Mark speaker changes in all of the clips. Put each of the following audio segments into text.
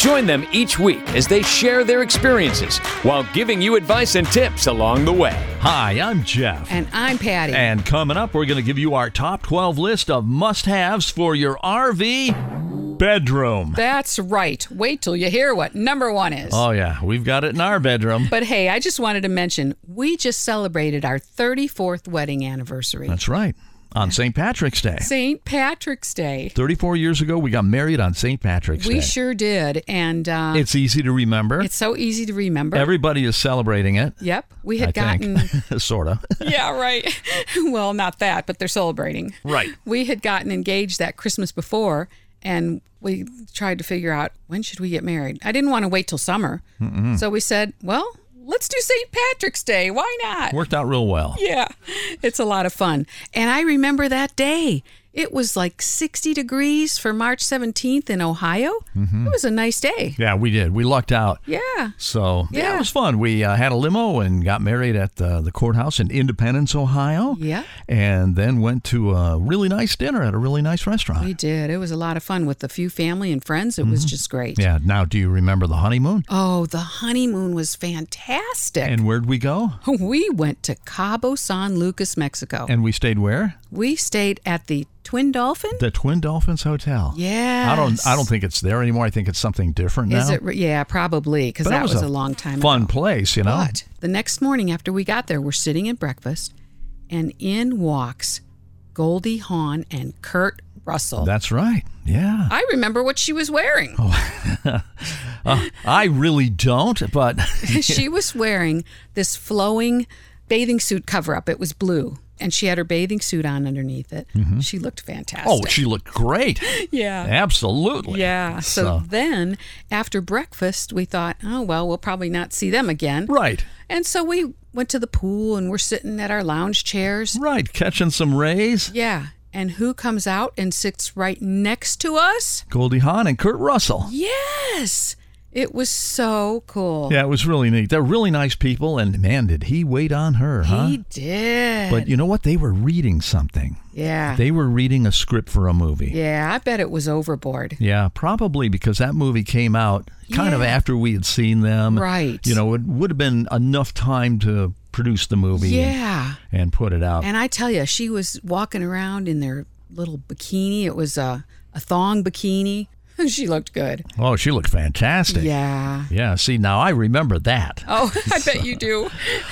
Speaker 1: Join them each week as they share their experiences while giving you advice and tips along the way.
Speaker 2: Hi, I'm Jeff.
Speaker 3: And I'm Patty.
Speaker 2: And coming up, we're going to give you our top 12 list of must haves for your RV bedroom.
Speaker 3: That's right. Wait till you hear what number one is.
Speaker 2: Oh, yeah, we've got it in our bedroom.
Speaker 3: but hey, I just wanted to mention we just celebrated our 34th wedding anniversary.
Speaker 2: That's right, on St. Patrick's Day.
Speaker 3: St. Patrick's Day.
Speaker 2: 34 years ago, we got married on St. Patrick's
Speaker 3: We
Speaker 2: Day.
Speaker 3: sure did. And uh,
Speaker 2: it's easy to remember.
Speaker 3: it's so easy to remember.
Speaker 2: Everybody is celebrating it.
Speaker 3: yep. We
Speaker 2: I
Speaker 3: had gotten.
Speaker 2: think. sort of.
Speaker 3: yeah, right. well, not that, but they're celebrating.
Speaker 2: Right.
Speaker 3: We had gotten engaged that Christmas before, and we tried to figure out when should we get married. I didn't want to wait till summer, so we said, "Well, let's do St. Patrick's Day. Why not?"
Speaker 2: Worked out real well.
Speaker 3: Yeah, it's a lot of fun. And I remember that day. It was like 60 degrees for March 17th in Ohio. It was a nice day.
Speaker 2: Yeah, we did. We lucked out.
Speaker 3: Yeah.
Speaker 2: So yeah. it
Speaker 3: Yeah.
Speaker 2: was fun. We uh, had a limo and got married at the, the courthouse in Independence, Ohio.
Speaker 3: Yeah.
Speaker 2: and then went to a really nice dinner at a really nice restaurant.
Speaker 3: We did. It was a lot of fun with a few family and friends. It was just great.
Speaker 2: yeah. Now, do you remember the honeymoon?
Speaker 3: Oh, the honeymoon was fantastic.
Speaker 2: And where'd we go?
Speaker 3: we went to Cabo San Lucas, Mexico.
Speaker 2: And we stayed where?
Speaker 3: we stayed at the Twin Dolphin.
Speaker 2: The Twin Dolphins Hotel.
Speaker 3: Yes.
Speaker 2: I don't. I don't think it's there anymore. I think it's something different now.
Speaker 3: Is it? re- Yeah, probably because
Speaker 2: But
Speaker 3: that was, a, long time ago.
Speaker 2: Fun place, you know.
Speaker 3: But the next morning after we got there, we're sitting at breakfast, and in walks Goldie Hawn and Kurt Russell.
Speaker 2: Oh. That's right. Yeah.
Speaker 3: I remember what she was wearing.
Speaker 2: Oh, I really don't, but
Speaker 3: she was wearing this flowing bathing suit cover up. It was blue, and she had her bathing suit on underneath it. She looked fantastic.
Speaker 2: Mm-hmm. oh, she looked great.
Speaker 3: yeah.
Speaker 2: Absolutely.
Speaker 3: Yeah. So, then after breakfast, we thought, oh, well, we'll probably not see them again.
Speaker 2: Right.
Speaker 3: And so we went to the pool and we're sitting at our lounge chairs.
Speaker 2: Right. Catching some rays.
Speaker 3: Yeah. And who comes out and sits right next to us?
Speaker 2: Goldie Hawn and Kurt Russell.
Speaker 3: Yes. It was so cool.
Speaker 2: Yeah, it was really neat. They're really nice people, and man, did he wait on her, huh?
Speaker 3: He did.
Speaker 2: But you know what? They were reading something.
Speaker 3: yeah.
Speaker 2: They were reading a script for a movie.
Speaker 3: Uh-huh. yeah. I bet it was overboard.
Speaker 2: Yeah, probably because that movie came out kind of
Speaker 3: Yeah.
Speaker 2: after we had seen them.
Speaker 3: Right.
Speaker 2: You know, it would have been enough time to produce the movie
Speaker 3: Yeah.
Speaker 2: and put it out.
Speaker 3: And I tell you, she was walking around in their little bikini. It was a, a thong bikini. she looked good.
Speaker 2: oh, she looked fantastic.
Speaker 3: Yeah.
Speaker 2: Yeah, see, now I remember that.
Speaker 3: Oh, I bet you do.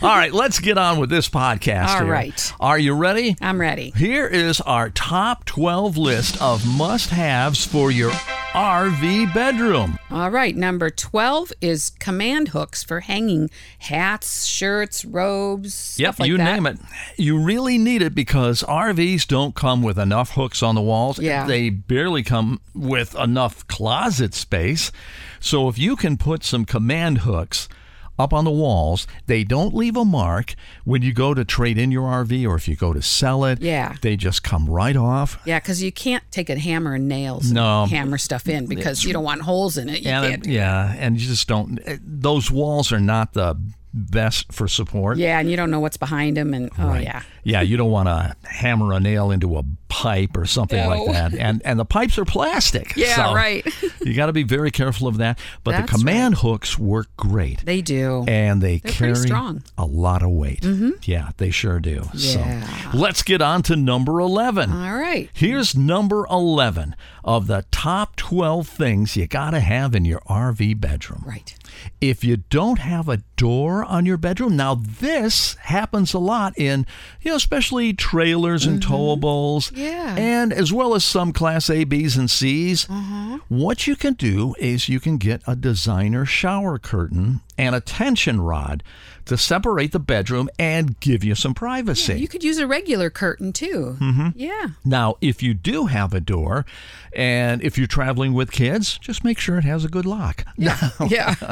Speaker 2: All right, let's get on with this podcast.
Speaker 3: All
Speaker 2: here.
Speaker 3: right.
Speaker 2: Are you ready?
Speaker 3: I'm ready.
Speaker 2: Here is our top 12 list of must haves for your RV bedroom.
Speaker 3: All right, number 12 is command hooks for hanging hats, shirts, robes, stuff like
Speaker 2: you
Speaker 3: that.
Speaker 2: name it. You really need it because RVs don't come with enough hooks on the walls.
Speaker 3: Yeah.
Speaker 2: They barely come with enough closet space. So if you can put some command hooks up on the walls, they don't leave a mark when you go to trade in your RV or if you go to sell it.
Speaker 3: Yeah.
Speaker 2: They just come right off.
Speaker 3: Yeah, because you can't take a hammer and nails
Speaker 2: No.
Speaker 3: and hammer stuff in because you don't want holes in it. You
Speaker 2: and
Speaker 3: can't.
Speaker 2: yeah, and you just don't. eh, Those walls are not the best for support.
Speaker 3: yeah, and you don't know what's behind them. And oh, yeah.
Speaker 2: Yeah, you don't want to hammer a nail into a pipe or something like
Speaker 3: No.
Speaker 2: that. And and the pipes are plastic.
Speaker 3: Yeah,
Speaker 2: so
Speaker 3: right.
Speaker 2: you got to be very careful of that. But
Speaker 3: That's
Speaker 2: the command hooks work great.
Speaker 3: They do.
Speaker 2: and they
Speaker 3: They're
Speaker 2: carry
Speaker 3: pretty strong. Mm-hmm.
Speaker 2: a lot of weight. Yeah, they sure do.
Speaker 3: Yeah. Uh.
Speaker 2: So let's get on to number 11.
Speaker 3: All right.
Speaker 2: Here's number 11 of the top 12 things you got to have in your RV bedroom.
Speaker 3: Right.
Speaker 2: If you don't have a door on your bedroom, now this happens a lot in, you know, especially trailers and towables.
Speaker 3: Mm-hmm. Yeah.
Speaker 2: and as well as some Class A, B's, and C's.
Speaker 3: Mm-hmm.
Speaker 2: What you can do is you can get a designer shower curtain and a tension rod to separate the bedroom and give you some privacy.
Speaker 3: You could use a regular curtain too.
Speaker 2: Mm-hmm.
Speaker 3: Yeah.
Speaker 2: Now, if you do have a door and if you're traveling with kids, just make sure it has a good lock. Oh.
Speaker 3: Yeah.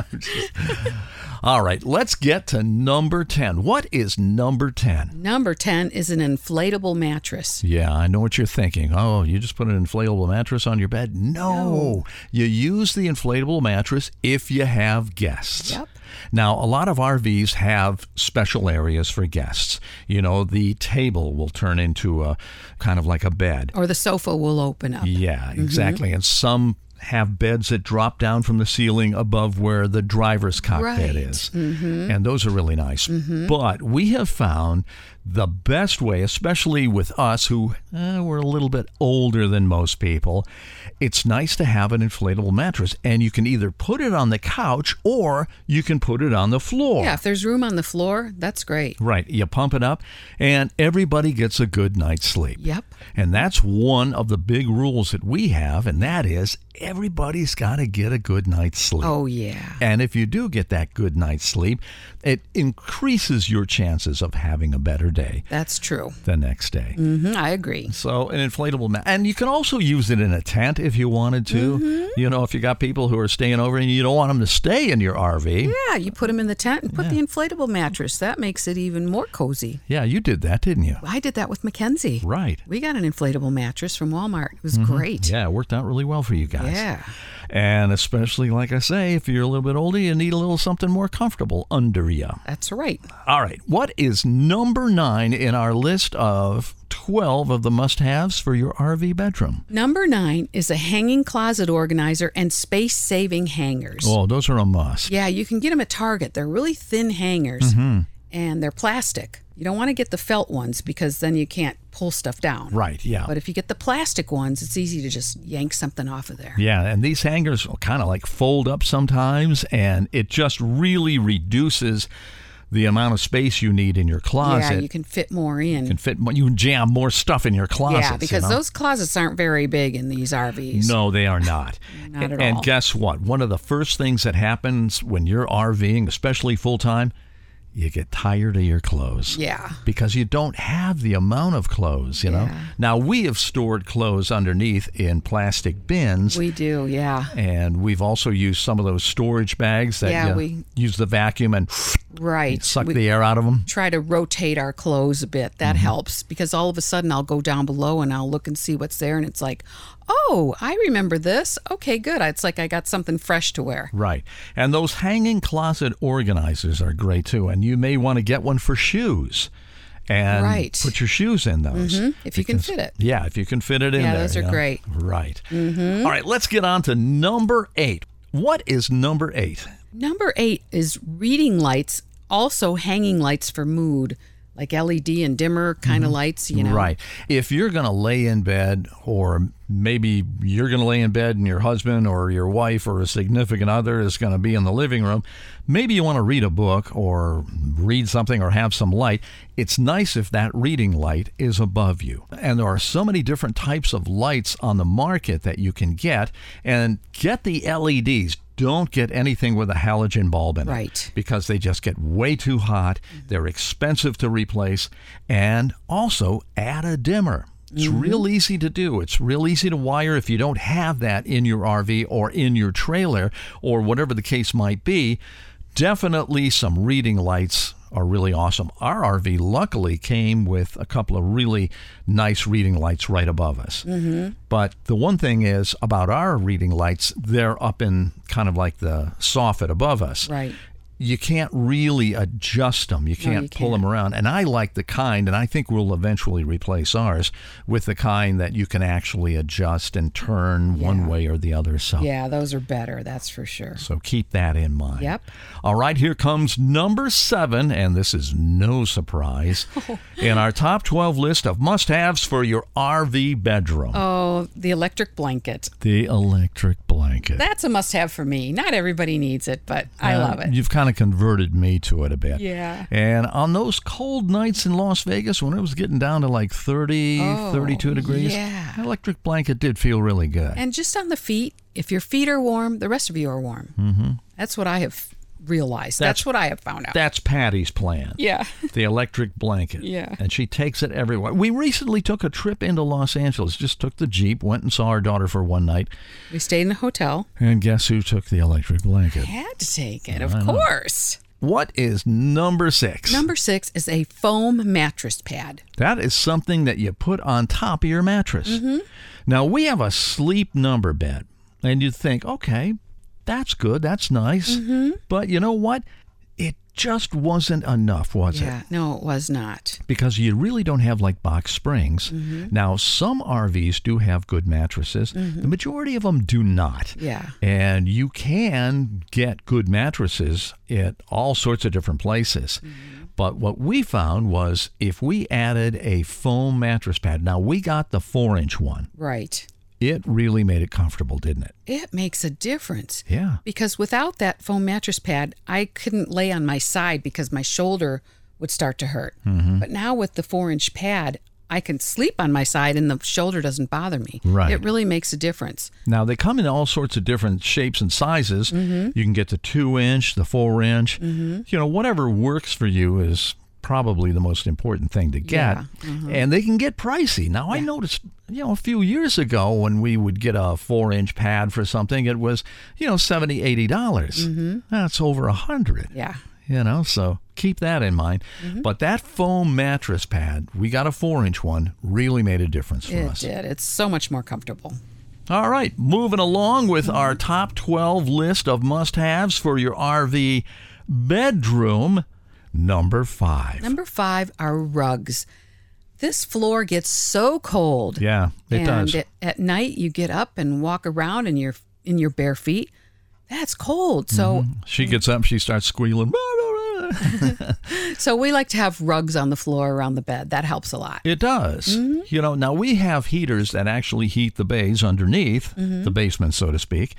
Speaker 2: All right, let's get to number 10. What is number 10?
Speaker 3: Number 10 is an inflatable mattress.
Speaker 2: Yeah, I know what you're thinking. Oh, you just put an inflatable mattress on your bed? No. You use the inflatable mattress if you have guests.
Speaker 3: Yep.
Speaker 2: Now, a lot of RVs have special areas for guests. You know, the table will turn into a kind of like a bed.
Speaker 3: Or the sofa will open up.
Speaker 2: Yeah, exactly. And some have beds that drop down from the ceiling above where the driver's cockpit
Speaker 3: Right. Mm-hmm.
Speaker 2: is. And those are really nice. But we have found the best way, especially with us who uh, we're a little bit older than most people, it's nice to have an inflatable mattress. And you can either put it on the couch or you can put it on the floor.
Speaker 3: Yeah, if there's room on the floor, that's great.
Speaker 2: Right. You pump it up, and everybody gets a good night's sleep.
Speaker 3: Yep.
Speaker 2: And that's one of the big rules that we have, and that is everybody's got to get a good night's sleep.
Speaker 3: Oh, yeah.
Speaker 2: And if you do get that good night's sleep, it increases your chances of having a better day
Speaker 3: That's true.
Speaker 2: the next day.
Speaker 3: hmm I agree.
Speaker 2: So an inflatable mat, and you can also use it in a tent if you wanted to.
Speaker 3: Mm-hmm.
Speaker 2: You know, if you got people who are staying over and you don't want them to stay in your RV.
Speaker 3: Yeah, you put them in the tent and put the inflatable mattress. That makes it even more cozy.
Speaker 2: yeah, you did that, didn't you?
Speaker 3: I did that with Mackenzie.
Speaker 2: Right.
Speaker 3: We got an inflatable mattress from Walmart. It was great.
Speaker 2: Yeah, it worked out really well for you guys.
Speaker 3: Yeah.
Speaker 2: And especially, like I say, if you're a little bit older, you need a little something more comfortable under you.
Speaker 3: That's right.
Speaker 2: All right, what is number nine in our list of 12 of the must haves for your RV bedroom?
Speaker 3: Number nine is a hanging closet organizer and space saving hangers.
Speaker 2: Oh, those are a must.
Speaker 3: Yeah, you can get them at Target. They're really thin hangers
Speaker 2: Mm-hmm.
Speaker 3: and they're plastic. You don't want to get the felt ones because then you can't pull stuff down.
Speaker 2: Right, yeah.
Speaker 3: But if you get the plastic ones, it's easy to just yank something off of there.
Speaker 2: Yeah, and these hangers will kind of like fold up sometimes, and it just really reduces the amount of space you need in your closet.
Speaker 3: Yeah, you can fit more in.
Speaker 2: can fit, more- you can jam more stuff in your closet.
Speaker 3: yeah, because those closets aren't very big in these RVs.
Speaker 2: No, they are not.
Speaker 3: Not at
Speaker 2: and
Speaker 3: all.
Speaker 2: guess what? One of the first things that happens when you're RVing, especially full time, you get tired of your clothes.
Speaker 3: Yeah.
Speaker 2: Because you don't have the amount of clothes, you know?
Speaker 3: Yeah.
Speaker 2: Now, we have stored clothes underneath in plastic bins.
Speaker 3: We do, yeah.
Speaker 2: and we've also used some of those storage bags that
Speaker 3: Yeah,
Speaker 2: you
Speaker 3: we-
Speaker 2: use the vacuum and
Speaker 3: Right.
Speaker 2: suck
Speaker 3: We
Speaker 2: the air out of them.
Speaker 3: try to rotate our clothes a bit. That helps because all of a sudden I'll go down below and I'll look and see what's there and it's like, "Oh, I remember this. Okay, good. It's like I got something fresh to wear."
Speaker 2: Right. And those hanging closet organizers are great too. And you may want to get one for shoes and
Speaker 3: Right. Mm-hmm.
Speaker 2: put your shoes in those.
Speaker 3: If you can fit it.
Speaker 2: Yeah, if you can fit it in
Speaker 3: Yeah,
Speaker 2: there.
Speaker 3: those are
Speaker 2: you know.
Speaker 3: great. Mm-hmm.
Speaker 2: Right. All right, let's get on to number eight. What is number eight?
Speaker 3: Number eight is reading lights, also hanging lights for mood, like LED and dimmer kind of lights, you know.
Speaker 2: Right. If you're going to lay in bed, or maybe you're going to lay in bed and your husband or your wife or a significant other is going to be in the living room, maybe you want to read a book or read something or have some light. It's nice if that reading light is above you. And there are so many different types of lights on the market that you can get, and get the LEDs. Don't get anything with a halogen bulb in it
Speaker 3: Right.
Speaker 2: because they just get way too hot. They're expensive to replace. And also add a dimmer. It's real easy to do. It's real easy to wire if you don't have that in your RV or in your trailer or whatever the case might be. Definitely some reading lights are really awesome. Our RV luckily came with a couple of really nice reading lights right above us. But the one thing is about our reading lights, they're up in kind of like the soffit above us
Speaker 3: Right.
Speaker 2: you can't really adjust them. You can't
Speaker 3: you
Speaker 2: pull them around. And I like the kind, and I think we'll eventually replace ours with the kind that you can actually adjust and turn one way or the other. So,
Speaker 3: Yeah, those are better, that's for sure.
Speaker 2: so keep that in mind.
Speaker 3: Yep.
Speaker 2: All right, here comes number seven, and this is no surprise
Speaker 3: Oh.
Speaker 2: in our top 12 list of must haves for your RV bedroom
Speaker 3: Oh, the electric blanket.
Speaker 2: the electric blanket. Uh,
Speaker 3: That's a must have for me. Not everybody needs it, but I love it.
Speaker 2: You've kind of converted me to it a bit.
Speaker 3: Yeah.
Speaker 2: And on those cold nights in Las Vegas when it was getting down to like 30,
Speaker 3: Oh,
Speaker 2: 32 degrees,
Speaker 3: yeah.
Speaker 2: an electric blanket did feel really good.
Speaker 3: And just on the feet, if your feet are warm, the rest of you are warm. Mm-hmm. That's what I have realized. That's,
Speaker 2: That's-
Speaker 3: what I have found out.
Speaker 2: That's Patty's plan.
Speaker 3: yeah.
Speaker 2: The electric blanket.
Speaker 3: Yeah.
Speaker 2: And she takes it everywhere. We recently took a trip into Los Angeles, just took the Jeep, went and saw our daughter for one night.
Speaker 3: We stayed in the hotel.
Speaker 2: And guess who took the electric blanket?
Speaker 3: Had to take it, of course.
Speaker 2: What is number six?
Speaker 3: Number six is a foam mattress pad.
Speaker 2: That is something that you put on top of your mattress. Now, we have a sleep number bed, and you think, okay, that's good, that's nice. But you know what? It just wasn't enough, was it?
Speaker 3: yeah. No, it was not.
Speaker 2: Because you really don't have like box springs. Now, some RVs do have good mattresses, the majority of them do not.
Speaker 3: Yeah.
Speaker 2: And you can get good mattresses at all sorts of different places. But what we found was if we added a foam mattress pad, now we got the four inch one,
Speaker 3: Right.
Speaker 2: it really made it comfortable, didn't it?
Speaker 3: It makes a difference.
Speaker 2: Yeah.
Speaker 3: Because without that foam mattress pad, I couldn't lay on my side because my shoulder would start to hurt.
Speaker 2: Mm-hmm.
Speaker 3: But now with the four inch pad, I can sleep on my side and the shoulder doesn't bother me.
Speaker 2: Right.
Speaker 3: It really makes a difference.
Speaker 2: Now they come in all sorts of different shapes and sizes.
Speaker 3: Mm-hmm.
Speaker 2: You can get the two inch, the four inch, you know, whatever works for you is probably the most important thing to get.
Speaker 3: Mm-hmm.
Speaker 2: And they can get pricey. Now I noticed, you know, a few years ago when we would get a four inch pad for something, it was, you know, 70 80 dollars. That's over a hundred.
Speaker 3: Mm-hmm. Yeah. Mm-hmm.
Speaker 2: You know, so keep that in mind. But that foam mattress pad, we got a four inch one, really made a difference for
Speaker 3: It
Speaker 2: us.
Speaker 3: did. It's so much more comfortable.
Speaker 2: All right, moving along with our top 12 list of must haves for your RV bedroom, number five.
Speaker 3: Number five are rugs. This floor gets so cold.
Speaker 2: yeah, it
Speaker 3: and
Speaker 2: does.
Speaker 3: At, at night, you get up and walk around in your in your bare feet. That's cold. So
Speaker 2: she gets up, she starts squealing.
Speaker 3: so we like to have rugs on the floor around the bed. That helps a lot.
Speaker 2: It does.
Speaker 3: Mm-hmm.
Speaker 2: You know, now we have heaters that actually heat the bays underneath
Speaker 3: Mm-hmm.
Speaker 2: the basement, so to speak.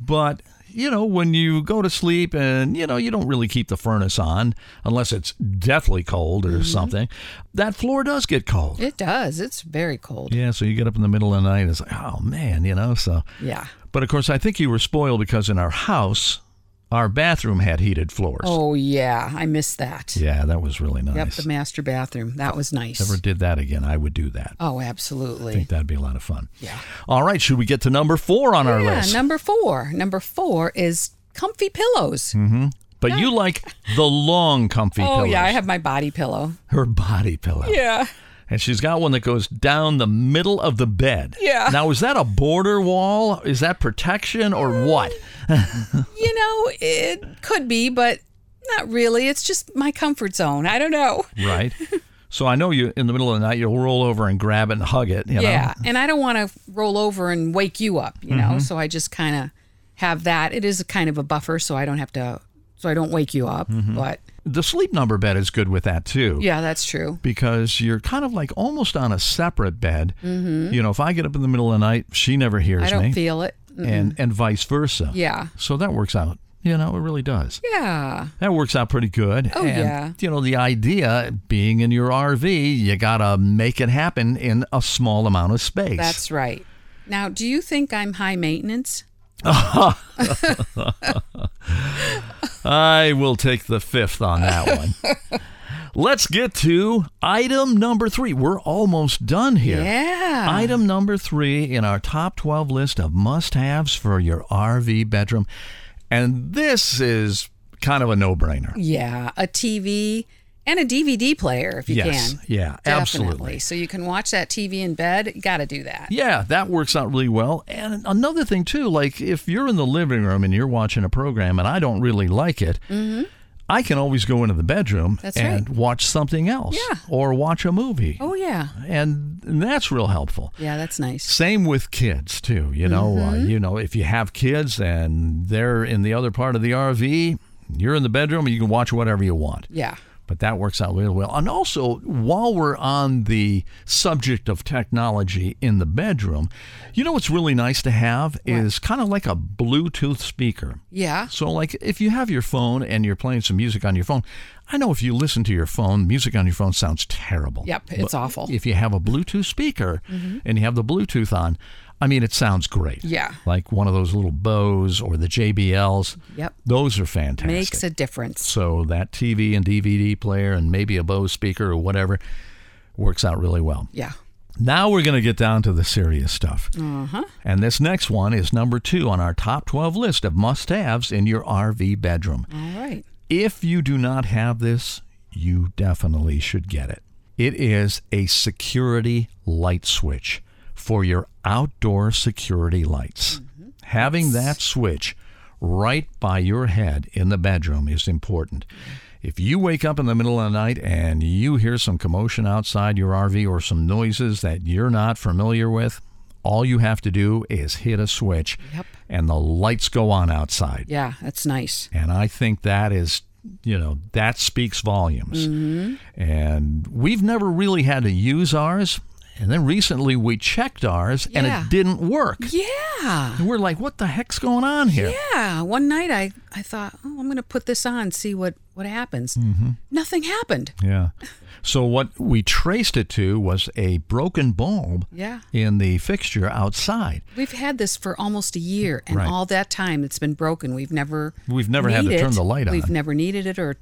Speaker 2: But, you know, when you go to sleep and, you know, you don't really keep the furnace on unless it's deathly cold or
Speaker 3: Mm-hmm.
Speaker 2: something, that floor does get cold.
Speaker 3: It does. It's very cold.
Speaker 2: Yeah, so you get up in the middle of the night and it's like, oh man, you know, so.
Speaker 3: Yeah.
Speaker 2: But of course, I think you were spoiled because in our house, our bathroom had heated floors.
Speaker 3: Oh yeah, I miss that.
Speaker 2: Yeah, that was really
Speaker 3: Yep,
Speaker 2: nice.
Speaker 3: the master bathroom. That was nice.
Speaker 2: Never did that again. I would do that.
Speaker 3: Oh,
Speaker 2: I
Speaker 3: absolutely.
Speaker 2: think that'd be a lot of fun.
Speaker 3: Yeah.
Speaker 2: All right, should we get to number four on our
Speaker 3: Yeah.
Speaker 2: list?
Speaker 3: Number four. Number four is comfy pillows.
Speaker 2: but you like the long, comfy
Speaker 3: Oh
Speaker 2: pillows.
Speaker 3: yeah, I have my body pillow.
Speaker 2: her body pillow.
Speaker 3: Yeah.
Speaker 2: And she's got one that goes down the middle of the bed.
Speaker 3: Yeah.
Speaker 2: Now, is that a border wall? Is that protection or what?
Speaker 3: You know, it could be, but not really. It's just my comfort zone. I don't know.
Speaker 2: right? So I know you in the middle of the night you'll roll over and grab it and hug it. You
Speaker 3: Yeah, and I don't want to roll over and wake you up, you
Speaker 2: Mm-hmm.
Speaker 3: know. So I just kind of have that. It is a kind of a buffer, so I don't have to, so I don't wake you up.
Speaker 2: Mm-hmm.
Speaker 3: But
Speaker 2: Know? The sleep number bed is good with that too.
Speaker 3: yeah, that's true.
Speaker 2: Because you're kind of like almost on a separate bed. You know, if I get up in the middle of the night, she never hears
Speaker 3: Mm-hmm. I don't
Speaker 2: me,
Speaker 3: feel it.
Speaker 2: and and vice versa.
Speaker 3: Yeah,
Speaker 2: So that works out. You know, it really does.
Speaker 3: yeah,
Speaker 2: That works out pretty good.
Speaker 3: Oh,
Speaker 2: and,
Speaker 3: yeah.
Speaker 2: You know, the idea being in your RV, you gotta make it happen in a small amount of space.
Speaker 3: that's right. Now, do you think I'm high maintenance?
Speaker 2: I will take the fifth on that one. Let's get to item number three. We're almost done here.
Speaker 3: Yeah.
Speaker 2: Item number three in our top 12 list of must haves for your RV bedroom. And this is kind of a no brainer.
Speaker 3: yeah, a TV and a DVD player if you
Speaker 2: Yes.
Speaker 3: can.
Speaker 2: Yeah, absolutely.
Speaker 3: Definitely. So you can watch that TV in bed. You got to do that.
Speaker 2: Yeah, that works out really well. And another thing, too, like if you're in the living room and you're watching a program and I don't really like it, I can always go into the bedroom
Speaker 3: Mm-hmm. That's
Speaker 2: and watch something else
Speaker 3: Yeah.
Speaker 2: or watch a movie.
Speaker 3: Oh yeah,
Speaker 2: and that's real helpful.
Speaker 3: yeah, that's nice.
Speaker 2: Same with kids too. You know, uh,
Speaker 3: Mm-hmm.
Speaker 2: you know, if you have kids and they're in the other part of the RV, you're in the bedroom, you can watch whatever you want.
Speaker 3: Yeah.
Speaker 2: But that works out really well. And also, while we're on the subject of technology in the bedroom, you know what's really nice to have is kind of like a Bluetooth speaker.
Speaker 3: Yeah.
Speaker 2: So, like, if you have your phone and you're playing some music on your phone, I know if you listen to your phone, music on your phone sounds terrible.
Speaker 3: Yep, it's awful. Mm-hmm.
Speaker 2: If you have a Bluetooth speaker and you have the Bluetooth on, I mean, it sounds great.
Speaker 3: Yeah.
Speaker 2: Like one of those little Bose or the JBLs.
Speaker 3: Yep.
Speaker 2: Those are fantastic.
Speaker 3: Makes a difference.
Speaker 2: So that TV and DVD player and maybe a Bose speaker or whatever works out really well.
Speaker 3: Yeah.
Speaker 2: Now we're going to get down to the serious stuff. And this next one is number two on our top 12 list of must haves in your RV bedroom.
Speaker 3: All right.
Speaker 2: If you do not have this, you definitely should get it. It is a security light switch for your outdoor security lights. Having that switch right by your head in the bedroom is important. If you wake up in the middle of the night and you hear some commotion outside your RV or some noises that you're not familiar with, all you have to do is hit a switch
Speaker 3: Yep.
Speaker 2: and the lights go on outside.
Speaker 3: Yeah, that's nice.
Speaker 2: And I think that is, you know, that speaks volumes.
Speaker 3: Mm-hmm.
Speaker 2: And we've never really had to use ours. And then recently we checked ours and
Speaker 3: Yeah.
Speaker 2: it didn't work.
Speaker 3: Yeah.
Speaker 2: And we're like, what the heck's going on here?
Speaker 3: Yeah. One night I, I thought, oh, I'm going to put this on, see what, what happens. Mm-hmm. Nothing happened.
Speaker 2: Yeah. So what we traced it to was a broken bulb
Speaker 3: Yeah.
Speaker 2: in the fixture outside.
Speaker 3: We've had this for almost a year, and
Speaker 2: Right.
Speaker 3: all that time it's been broken. We've never
Speaker 2: We've never had to
Speaker 3: needed-
Speaker 2: turn the light on. Mm-hmm.
Speaker 3: We've never needed it or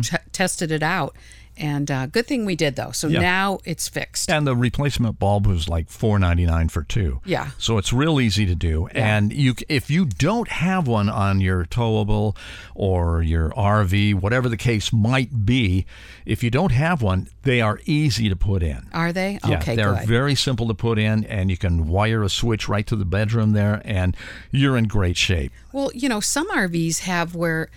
Speaker 3: t- tested it out, and uh, good thing we did though. So
Speaker 2: Yeah.
Speaker 3: now it's fixed.
Speaker 2: And the replacement bulb was like four ninety nine for two.
Speaker 3: Yeah.
Speaker 2: So it's real easy to do. And you, c- if you don't have one on your towable or your RV, whatever the case might be, if you don't have one, they are easy to put in.
Speaker 3: Are they?
Speaker 2: Yeah,
Speaker 3: okay,
Speaker 2: they're
Speaker 3: good.
Speaker 2: very simple to put in, and you can wire a switch right to the bedroom there, and you're in great shape.
Speaker 3: well, you know, some RVs have where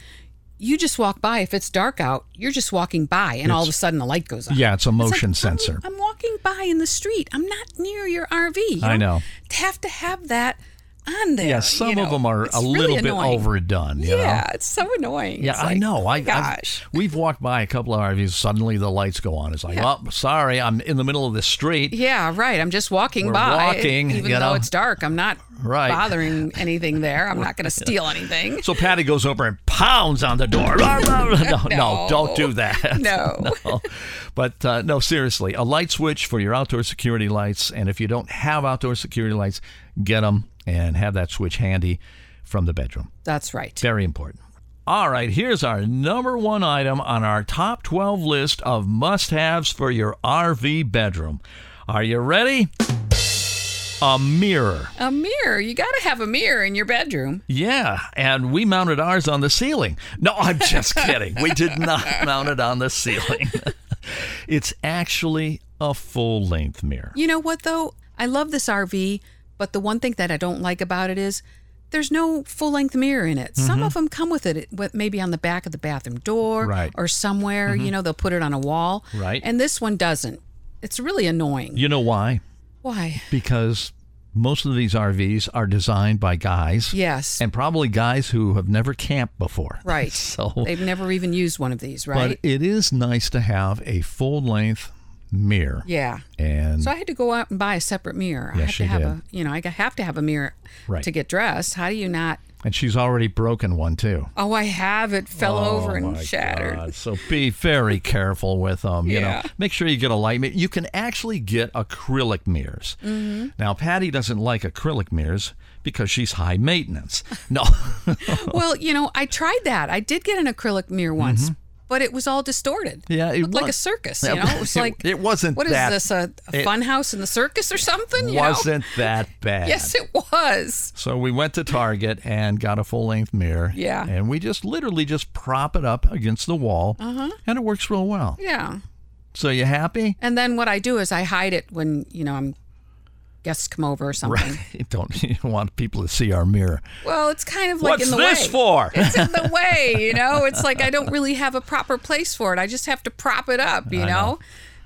Speaker 3: you just walk by. If it's dark out, you're just walking by, and all of a sudden the light goes on.
Speaker 2: Yeah, it's a
Speaker 3: It's like,
Speaker 2: motion
Speaker 3: I'm-
Speaker 2: sensor.
Speaker 3: I'm, walking by in the street. I'm not near your RV. You
Speaker 2: I know.
Speaker 3: don't Have to have that on there.
Speaker 2: yeah,
Speaker 3: you
Speaker 2: some of
Speaker 3: know.
Speaker 2: them are
Speaker 3: It's
Speaker 2: a
Speaker 3: really
Speaker 2: little bit
Speaker 3: annoying.
Speaker 2: overdone. You know?
Speaker 3: Yeah, it's so annoying.
Speaker 2: Yeah,
Speaker 3: It's
Speaker 2: I
Speaker 3: like,
Speaker 2: know. I, I've-
Speaker 3: gosh.
Speaker 2: we've walked by a couple of RVs. Suddenly the lights go on. It's like,
Speaker 3: Yeah.
Speaker 2: oh, sorry, I'm in the middle of the street.
Speaker 3: Yeah, right. I'm just walking
Speaker 2: We're
Speaker 3: by.
Speaker 2: walking,
Speaker 3: even
Speaker 2: you
Speaker 3: though
Speaker 2: know.
Speaker 3: it's dark, I'm not
Speaker 2: Right.
Speaker 3: bothering anything there. I'm not going to steal anything.
Speaker 2: So Patty goes over and pounds on the door. no, no,
Speaker 3: No.
Speaker 2: don't do that.
Speaker 3: No.
Speaker 2: No. But uh, no, seriously, a light switch for your outdoor security lights. And if you don't have outdoor security lights, get them and have that switch handy from the bedroom.
Speaker 3: That's right.
Speaker 2: Very important. All right, here's our number one item on our top 12 list of must haves for your RV bedroom. Are you ready? A mirror.
Speaker 3: A mirror. You got to have a mirror in your bedroom.
Speaker 2: Yeah, and we mounted ours on the ceiling. No, I'm just kidding. We did not mount it on the ceiling. it's actually a full length mirror.
Speaker 3: You know what, though? I love this RV, but the one thing that I don't like about it is there's no full length mirror in it. Some of them come with it, it, with- maybe on the back of the bathroom door
Speaker 2: Mm-hmm. Right. Mm-hmm.
Speaker 3: or somewhere. You know, they'll put it on a wall.
Speaker 2: Right.
Speaker 3: And this one doesn't. It's really annoying.
Speaker 2: You know why?
Speaker 3: Why?
Speaker 2: Because most of these RVs are designed by guys.
Speaker 3: Yes.
Speaker 2: and probably guys who have never camped before.
Speaker 3: right.
Speaker 2: So,
Speaker 3: They've never even used one of these,
Speaker 2: but
Speaker 3: right?
Speaker 2: it is nice to have a full length mirror.
Speaker 3: yeah.
Speaker 2: And
Speaker 3: So I had to go out and buy a separate mirror. I
Speaker 2: Yes,
Speaker 3: have
Speaker 2: she
Speaker 3: to have
Speaker 2: did.
Speaker 3: a you know, I g- have to have a mirror
Speaker 2: Right.
Speaker 3: to get dressed. How do you not
Speaker 2: and she's already broken one too.
Speaker 3: Oh, I have it fell over and shattered.
Speaker 2: Oh, God. So be very careful with them. You
Speaker 3: Yeah.
Speaker 2: know, make sure you get a light mirror. You can actually get acrylic mirrors.
Speaker 3: Mm-hmm.
Speaker 2: Now, Patty doesn't like acrylic mirrors because she's high maintenance. No,
Speaker 3: Well, you know, I tried that. I did get an acrylic mirror once, but it was all distorted.
Speaker 2: Mm-hmm. Yeah, it
Speaker 3: it looked like
Speaker 2: wa-
Speaker 3: a circus,
Speaker 2: It
Speaker 3: you know? It was
Speaker 2: wa-
Speaker 3: like
Speaker 2: it wasn't
Speaker 3: What is
Speaker 2: that-
Speaker 3: this a, a
Speaker 2: it-
Speaker 3: fun house in the circus or something, you know?
Speaker 2: wasn't that bad.
Speaker 3: Yes, it was.
Speaker 2: So we went to Target and got a full length mirror.
Speaker 3: Yeah.
Speaker 2: And we just literally just prop it up against the wall.
Speaker 3: Uh-huh.
Speaker 2: And it works real well.
Speaker 3: Yeah.
Speaker 2: So you happy?
Speaker 3: And then what I do is I hide it when, you know, I'm guests come over or something.
Speaker 2: Right. Don't you don't want people to see our mirror.
Speaker 3: Well, it's kind of like
Speaker 2: What's
Speaker 3: in the
Speaker 2: this
Speaker 3: way.
Speaker 2: for?
Speaker 3: It's in the way, you know. It's like I don't really have a proper place for it. I just have to prop it up, you know?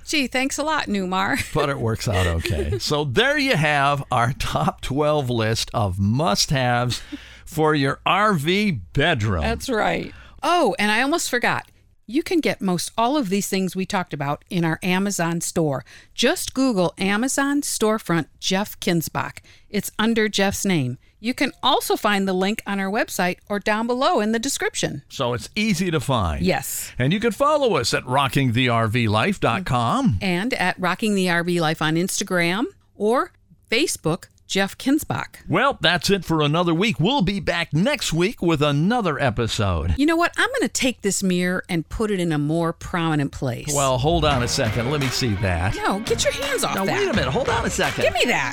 Speaker 3: Gee, thanks a lot, Newmar.
Speaker 2: But it works out okay. so there you have our top 12 list of must haves for your RV bedroom.
Speaker 3: That's right. Oh, and I almost forgot. You can get most all of these things we talked about in our Amazon store. Just Google Amazon storefront Jeff Kinsbach. It's under Jeff's name. You can also find the link on our website or down below in the description.
Speaker 2: So it's easy to find.
Speaker 3: Yes.
Speaker 2: And you can follow us at rockingthervlife.com.
Speaker 3: And at Rocking the RV Life on Instagram or Facebook, Jeff Kinsbach.
Speaker 2: Well, that's it for another week. We'll be back next week with another episode.
Speaker 3: You know what? I'm going to take this mirror and put it in a more prominent place.
Speaker 2: Well, hold on a second. Let me see that.
Speaker 3: no, get your hands off
Speaker 2: Now,
Speaker 3: that.
Speaker 2: wait a minute. Hold on a second.
Speaker 3: Give me that.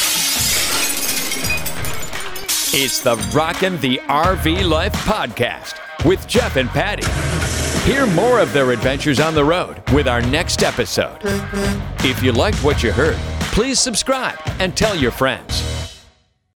Speaker 1: It's the Rockin' the RV Life podcast with Jeff and Patty. Hear more of their adventures on the road with our next episode. If you liked what you heard, please subscribe and tell your friends.